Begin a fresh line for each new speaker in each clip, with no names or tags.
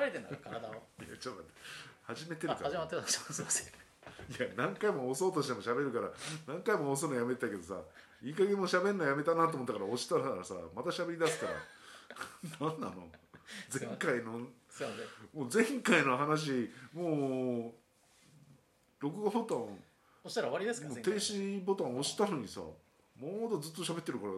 れてんだろ体を
いやちょっと待って始めて
あ
るから
始まってたすいません
いや何回も押そうとしても喋るから何回も押すのやめてたけどさいい加減もう喋んのやめたなと思ったから押したらさまた喋り出すから 何なの前回の
すいません
もう前回の話もう録画ボタンも
そしたら終わりですか
う
前
停
回
止ボタン押したのにさまだずっと喋ってるから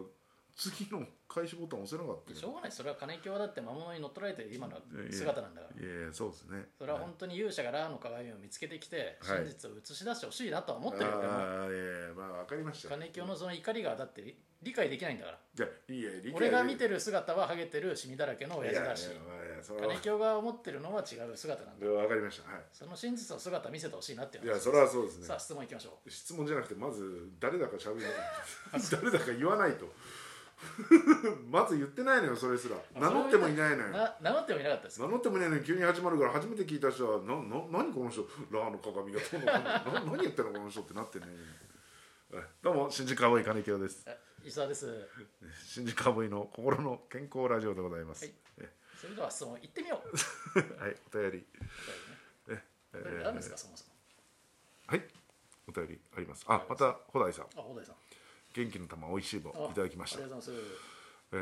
次の開始ボタン押せなかった
し
よ
ょうがないそれは金京はだって魔物に乗っ取られて今の姿なんだから
いやいやそうですね
それは本当に勇者がラーの鏡を見つけてきて
は
真
い
実を映し出してほしいなとは思
当
ってるよ、でも
ああいやいやまあ分かりました
金京のその怒りがだって理解できないんだから
いやいや理解
俺が見て
る
る姿はハゲてるシミだらけの親父だし
いやいやまあいやそれは
金京が思ってるのは違う姿なんだ
分かりましたはい
その真実の姿見せてほしいなっていう
い
話
やそれはそうですね
さあ質問いきましょ
質問じゃなくてまず誰だか喋る誰だか言わないと まず言ってないのよそれすら
あ
名乗ってもいないの
う
よ
な名乗ってもいなかったですか
名乗ってもいないのに急に始まるから初めて聞いた人は「なな何この人ラーの鏡がどうのこうのな何やってんのこの人」ってなってねはいどうも新宿アボイ金城です
あ石澤です
新宿アボイの心の健康ラジオでございます
はいそれでは質問いってみよ う
はい、お
お便
便り
りねお便りあるんですかそもそも
はいお便りありますあまた穂大さん
あ小田井さん
元気の玉おいしい棒
あ
いただきました
ありがとうございます
え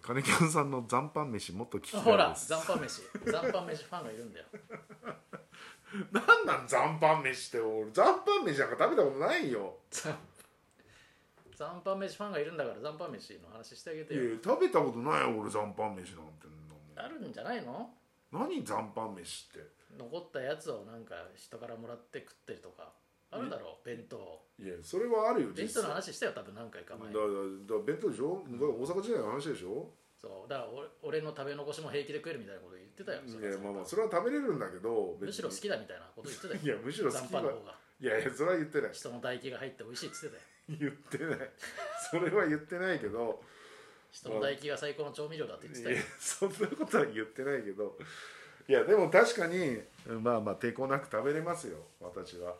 ー、金城さんの残飯飯もっと聞きたいです
ほら残飯飯残飯飯ファンがいるんだよ
なんなん残飯飯って俺残飯飯なんか食べたことないよ
残残飯飯ファンがいるんだから残飯飯の話してあげて
いや
よ
食べたことないよ俺残飯飯なんて
あるんじゃないの
何残飯飯っ
残ったやつをなんか人からもらって食ってるとかあるだろう弁当
ていやそれはあるよ
弁当の
だだ
話したよ多分何回か
だ
前
だ
に
から弁当でしょ大阪時代の話でしょ
そうだから俺俺の食べ残しも平気で食えるみたいなこと言ってたよそ
い
れ
やまあまあそれは食べれるんだけど
むしろ好きだみたいなこと言ってたよ
いやむしろ好
残
き
飯
は
の方が
いやいやそれは言ってない
人の唾液が入って美味しいっつってたよ
言ってないそれは言ってないけど
人の唾液が最高の調味料だって言ってた
い
よ
やそんなことは言ってないけどいやでも確かにまあまあ抵抗なく食べれますよ私は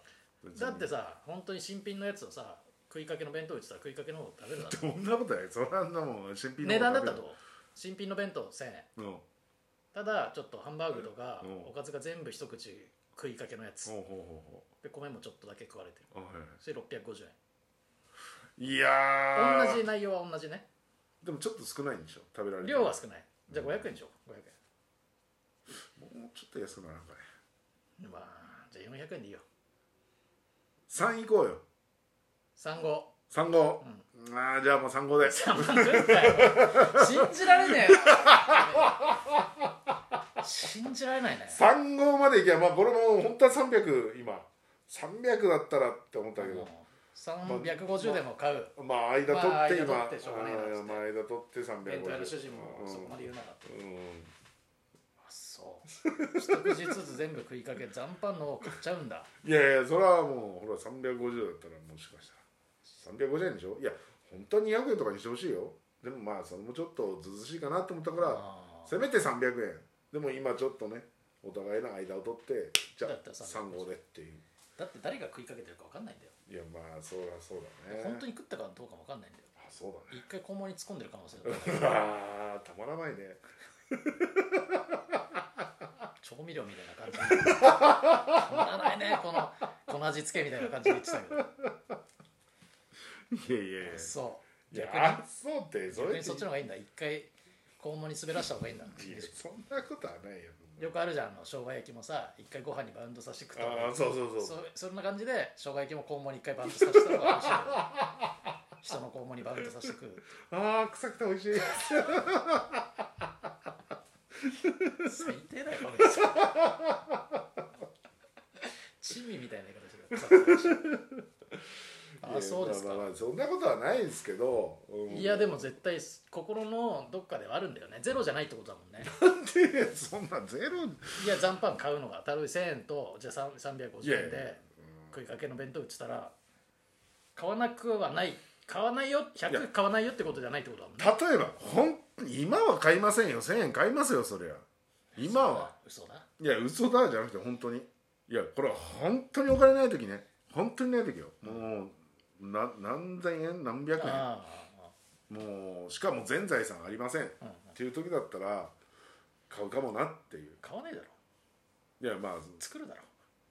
だってさ本当に新品のやつをさ食いかけの弁当売ってたら食いかけの方食べるだろ
どんなことないそんなもん新品の
値段だったら
と
どう新品の弁当1000円
うんほ
ただちょっとハンバーグとか
うん
おかずが全部一口食いかけのや
う
つ
ほうほ
で米もちょっとだけ食われてる
うほうあは
それ650
いいや
円同
ー
じ内容は同じね
でもちょっと少ないんでしょ食べられる
量は少ないじゃあ500円でしょ500
もうちょっと安くならんかね
円まあじゃあ400円でいいよ
3行こうよ
3号
3号、あーじゃあもう3号で
3万くんだよ信じられ ねえよ信じられないね
3号までいけばまあこれも本当は300今300だったらって思ったけど、
もう350でも買う
まあ間取
まあ
って
間
今、
取ってしょうがねえな
あーまあ間取って350
弁当屋の主人もそこまで言うなかった
うん、うん
あそう一口ずつ全部食いかけ残飯のを買っちゃうんだ
いやいやそれはもうほら350だったらもしかしたら350円でしょいや本当は200円とかにしてほしいよでもまあそれもちょっとずうずうしいかなと思ったから
あー
せめて300円でも今ちょっとねお互いの間を取ってじゃあ
だったら350
3号でっていう
だって誰が食いかけてるか分かんないんだよ
いやまあそうだそうだね
本当に食ったかどうかも分かんないんだよ
あそうだね
一 回肛門に突っ込んでる可能性だから
あーたまらないね
調味料みたいな感じで たまらないねこのこの味付けみたいな感じで言ってたけ ど
いやいやいや
そう
いや
逆に
あそうってそ
逆
れ
にそっちの方がいいんだ一回肛門に滑らした方がいいんだ
いやそんなことはないよ
よくあるじゃんあの生姜焼きもさ一回ご飯にバウンドさせて食った方が
ああそうそうそう
そそんな感じで生姜焼きも肛門に一回バウンドさせた方が美味しいよ人の肛門にバウンドさせて食う
ああ臭くて美味しい
最低だよこの人 チミみたいな言い方してる
い
あ
や
そうですか、
まあまあまあそんなことはないですけど、うん
いやでも絶対心のどっかではあるんだよねゼロじゃないってことだもんね
でそんなゼロ
いや残飯買うのが例えば1000円とじゃあ3 350
いやい
円
や
で食いかけの弁当売ってたら買わなくはない買わないよ
いや
100買わないよってことじゃないってことだもんね
例えばほん今は買いませんよ1000円買いますよそりゃ今は
嘘だ
いや嘘だじゃなくて本当にいやこれは本当にお金ない時ね本当にない時よもうな何千円何
あ
百円
あああ
もうしかも全財産ありませんっ
ああうんうん
ていう時だったら買うかもなっていう
買わねえだろ
いやまあ
作るだろ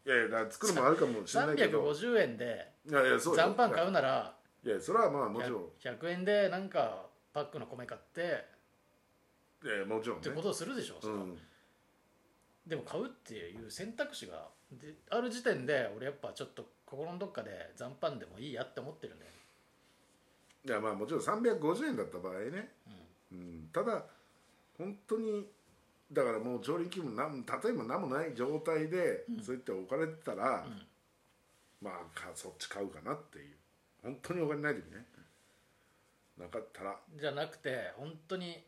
いやいやだから作るもあるかもしれないけど
350円で
いやいやそうよ
残飯買うなら
いやそれはまあもちろん
100円でなんかパックの米買って
いやもちろん
って
ね
ことをするでしょ、それは
うん
でも買うっていう選択肢がである時点で俺やっぱちょっと心のどっかで残飯でもいいやって思ってるんだよ
いやまあもちろん350円だった場合ね、うんただ本当にだからもう調理器具もなん例えば何もない状態で、そういって置かれてたら、まあかそっち買うかなっていう本当にお金ない時ねなかったら
じゃなくて本当に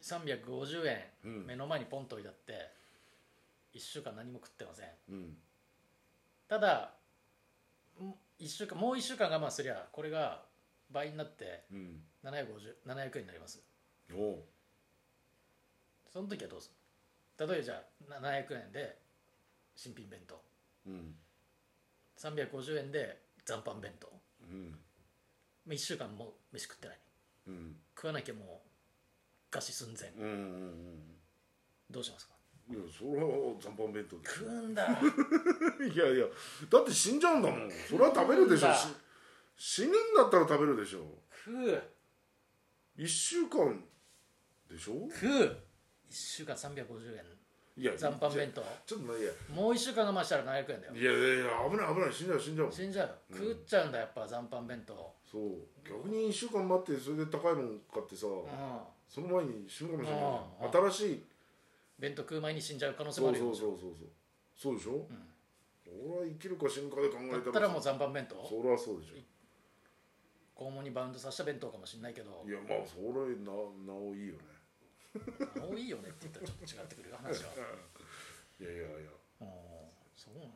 350円
うん
目の前にポンと置いてあって1週間何も食ってません
うん
ただん一週間もう1週間我慢すりゃこれが倍になって
うん
750 700円になります
おう
その時はどうする例えばじゃあ700円で新品弁当
うん
350円で残飯弁当
うん
1週間もう飯食ってない
うん
食わなきゃもう餓死寸前
うんうん
どうしますか
うんいやそれは残飯弁当で
食うん だ
いやいやだって死んじゃうんだもんそれは食べるでし
食うん
ょ
だ
し死ぬんだったら食べるでしょ
食う
1週間でしょ
食う1週間350円
いや
残飯弁
当
当
ちょっとまあいや
もう1週間我慢したら700円だよ
いやいやいや危ない危ない死んじゃう死んじゃう
死んじゃうよ食っちゃうんだやっぱ残飯弁当
そう逆に1週間待ってそれで高いもん買ってさ、
うん
その前に死ぬかもしれない、
うん
新しい
弁当食う前に死んじゃう可能性も
そ
あ
う
る
そう
よ
そうそうそうそうでしょ、俺は生きるか死ぬかで考
だ
え
ったた
ら
らもう残飯弁当
それはそうでしょ
肛門にバウンドさせた弁当かもしれないけど
いやまあそれななおいいよね
もういいよねって言ったらちょっと違ってくるよ話は
いやいやいや
うんそうなんや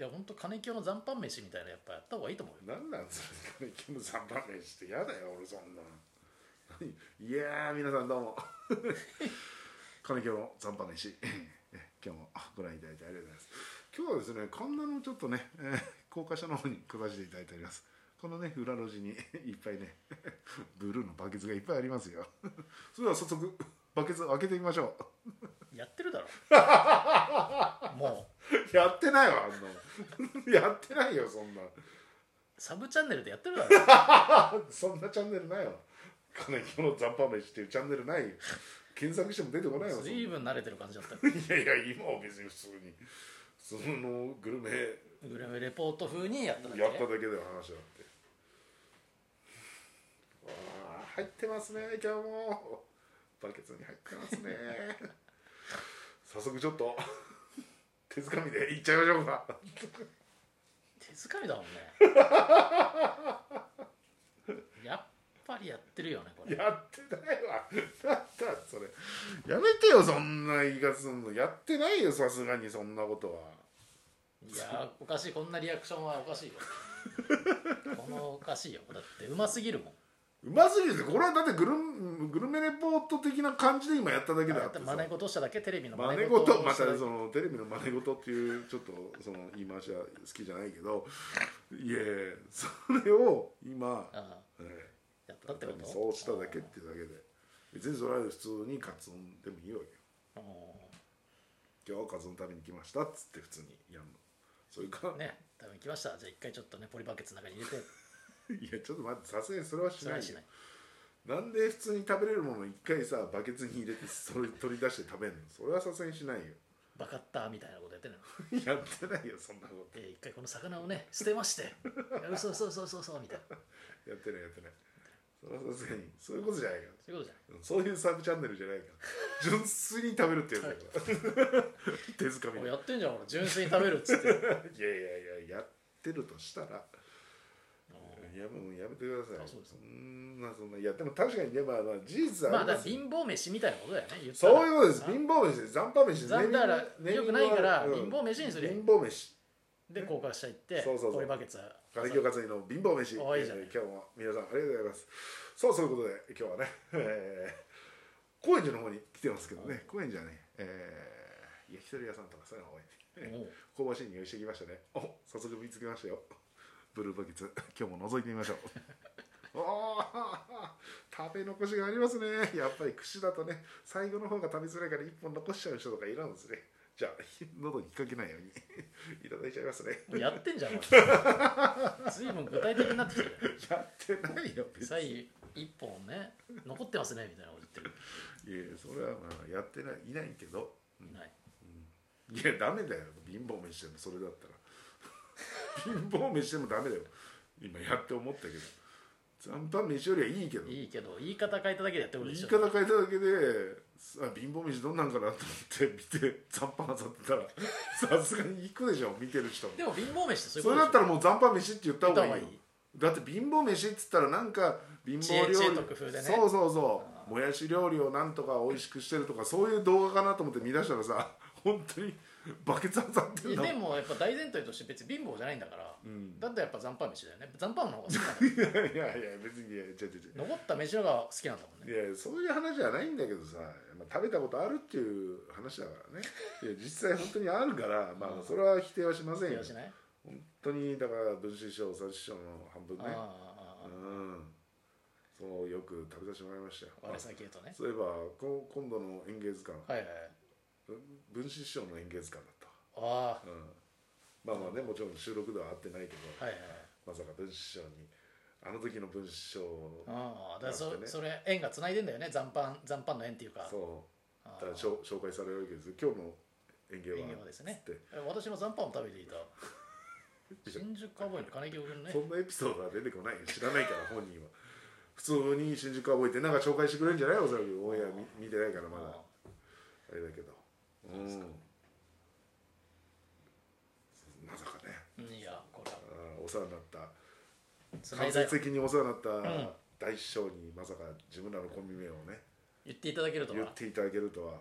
いや本当金清の残飯飯みたいなやっぱやった方がいいと思うよ
なんなんそれ金の三番目してやだよ俺そんな何いやー皆さんどうも金今日の残飯飯今日もご覧いただいてありがとうございます今日はですねこんなのちょっとね、えー、高架下の方に来させていただいておりますこのね裏路地に いっぱいねブルーのバケツがいっぱいありますよそれでは早速バケツを開けてみましょ
やって るだろもう
うやってないわあんな やってないよそんな
サブチャンネルでやってるだろ
そんなチャンネルないわ。金木の残飯飯っていうチャンネルないよ。検索しても出てこないわ。そんな
随分慣れてる感じだったよ
いやいや、今は別に普通に。そのグルメ
グルメレポート風にやっただけ
やっただけでの話だって。わあ、入ってますね、今日も。バケツに入ってますね。早速ちょっと。手づかみでいっちゃいましょうか。
手づかみだ もんねやっぱりやってるよねこれ
やってないわ。なんだそれ。やめてよ、そんな言い方すんの。やってないよ、さすがにそんなことは。
いやーおかしいこんなリアクションはおかしいよこのおかしいよだってうますぎるもん
うますぎるぜこれはだってグルグルメレポート的な感じで今やっただけだ
だ
っ
って
て
真似事しただけテレビの
真
真似
似
事
事
を
ま
した
た
だけ
そのテレビの真似事っていうちょっとその言い回しは好きじゃないけどいえそれを今、
うん
え
やったってこ
え
と
そうしただけってだけで別にそれは普通にカツ丼でもいいわ
うん
けよ今日はカツ丼食べに来ましたっつって普通にやんのそれか、
ね多分行きましたじゃあ一回ちょっとねポリバケツの中に入れて
いやちょっと待ってさすがにそれはし
そ
な
れ
い
は
よ
しない
なんで普通に食べれるものを一回さバケツに入れてそれ取り出して食べるのそれはさすがにしないよ
バカッターみたいなことやってるの
やってないよそんなこ
で一回この魚をね捨てましてそうそうそうそうそうみたいな
とやってないやってないそれはさすがにそういうことじゃないよ
そういうことじゃない
そういうサブチャンネルじゃないから純粋に食べるってやつだから 手づかみ
お
でい
やってんじゃんほら純粋に食べるっつって
やいやいややってるとしたらいやもうやめてください
あそうです
ーんなそんないやでも確かにねまあまあ事実は
まあ
あ
だか
り
ら
ま
貧乏飯
すよ
みたいなことだよね言ったら
そういうことです
あ
貧乏飯です残飯飯です
残だから
ネーミン
良
グ
くないから
うん
貧乏飯にする
貧乏飯
で高架下行って
そうそうそう
ポリバケツ
金木勝の貧乏飯、え
おいいじゃない
ー今日も皆さんありがとうございますそうそういうことで今日はね、えー、高円寺の方に来てますけどね高円寺はね、えー、焼き鳥屋さんとかそういうのが多い、
おう
香ばしい匂いしてきましたねお早速見つけま したよブルーバケツ今日も覗いてみましょうおー食べ残しがありますねやっぱり串だとね最後の方が食べづらいから一本残しちゃう人とかいるんですねじゃあ喉に引っ掛けないように いただいちゃいますね
もうやってんじゃんずいぶん具体的になってきてる
やってないよ別に
最一本ね残ってますねみたいなこと言って
いやそれはまあやってないいないけど
るいない
いやダメだよ貧乏飯でもそれだったら 貧乏飯でもダメだよ今やって思ったけど残飯飯よりはいいけど
いいけど言い方変えただけでやってくる
言
で
い
しょ
方変えただけであ貧乏飯どんなんかなと思って見て残飯あさってたらさすがに行くでしょ見てる人も
でも貧乏飯ってそういう
そ
こと
れだ
でしょ
ったらもう残飯飯って言った方がいいよ
言った方がい
だって貧乏飯っつったらなんか貧乏料理
知恵知恵と工夫でね
そうそうそうもやし料理をなんとか美味しくしてるとかそういう動画かなと思って見出したらさ 本当にバケツ当たって
い
る
や
の
でもやっぱ大前提として別に貧乏じゃないんだから、
ん
だったらやっぱ残飯飯だよね残飯の方が好きなんだよ
いやいや別にいや違う違う違う
残った飯の方が好きなんだもんね
いやそういう話じゃないんだけどさ、まあ、食べたことあるっていう話だからねいや実際本当にある から、ま
う
あ、
ん
それは否定はしません
い
よ
やしない
本当にだから文枝師匠三枝師匠の半分
あ
ね
あああ
う
あ
んそうよく食べさせてもらいましたよ
あ我先へとね
そういえばこ今度の演芸図鑑
はいはい
文枝師匠の演芸図鑑だっ
ああは
た、うん、まあまあねもちろん収録では合ってないけど、
いはい
まさか文枝師匠にあの時の文枝師匠を
ああだから
な
そ
んかね
それ縁がつないでんだよね残飯残飯の縁っていうか
そう
ああ
だからしょ紹介されるわけですよ今日の演芸は
縁起はですね
つって
え私も残飯を食べていた新宿カウボーイの金木君ね
そんなエピソードは出てこないよ知らないから本人は普通に新宿覚えてなんか紹介してくれるんじゃないおそらくオンエア見見てないからまだ
ああ
あれだけどうんまさかね
うんいやこれは
ああお世話になった
つな
間
いだよ
接的にお世話になった
ん
大師匠にまさか自分らのコンビ名をね
言っていただけると
言
は
っていただけるとは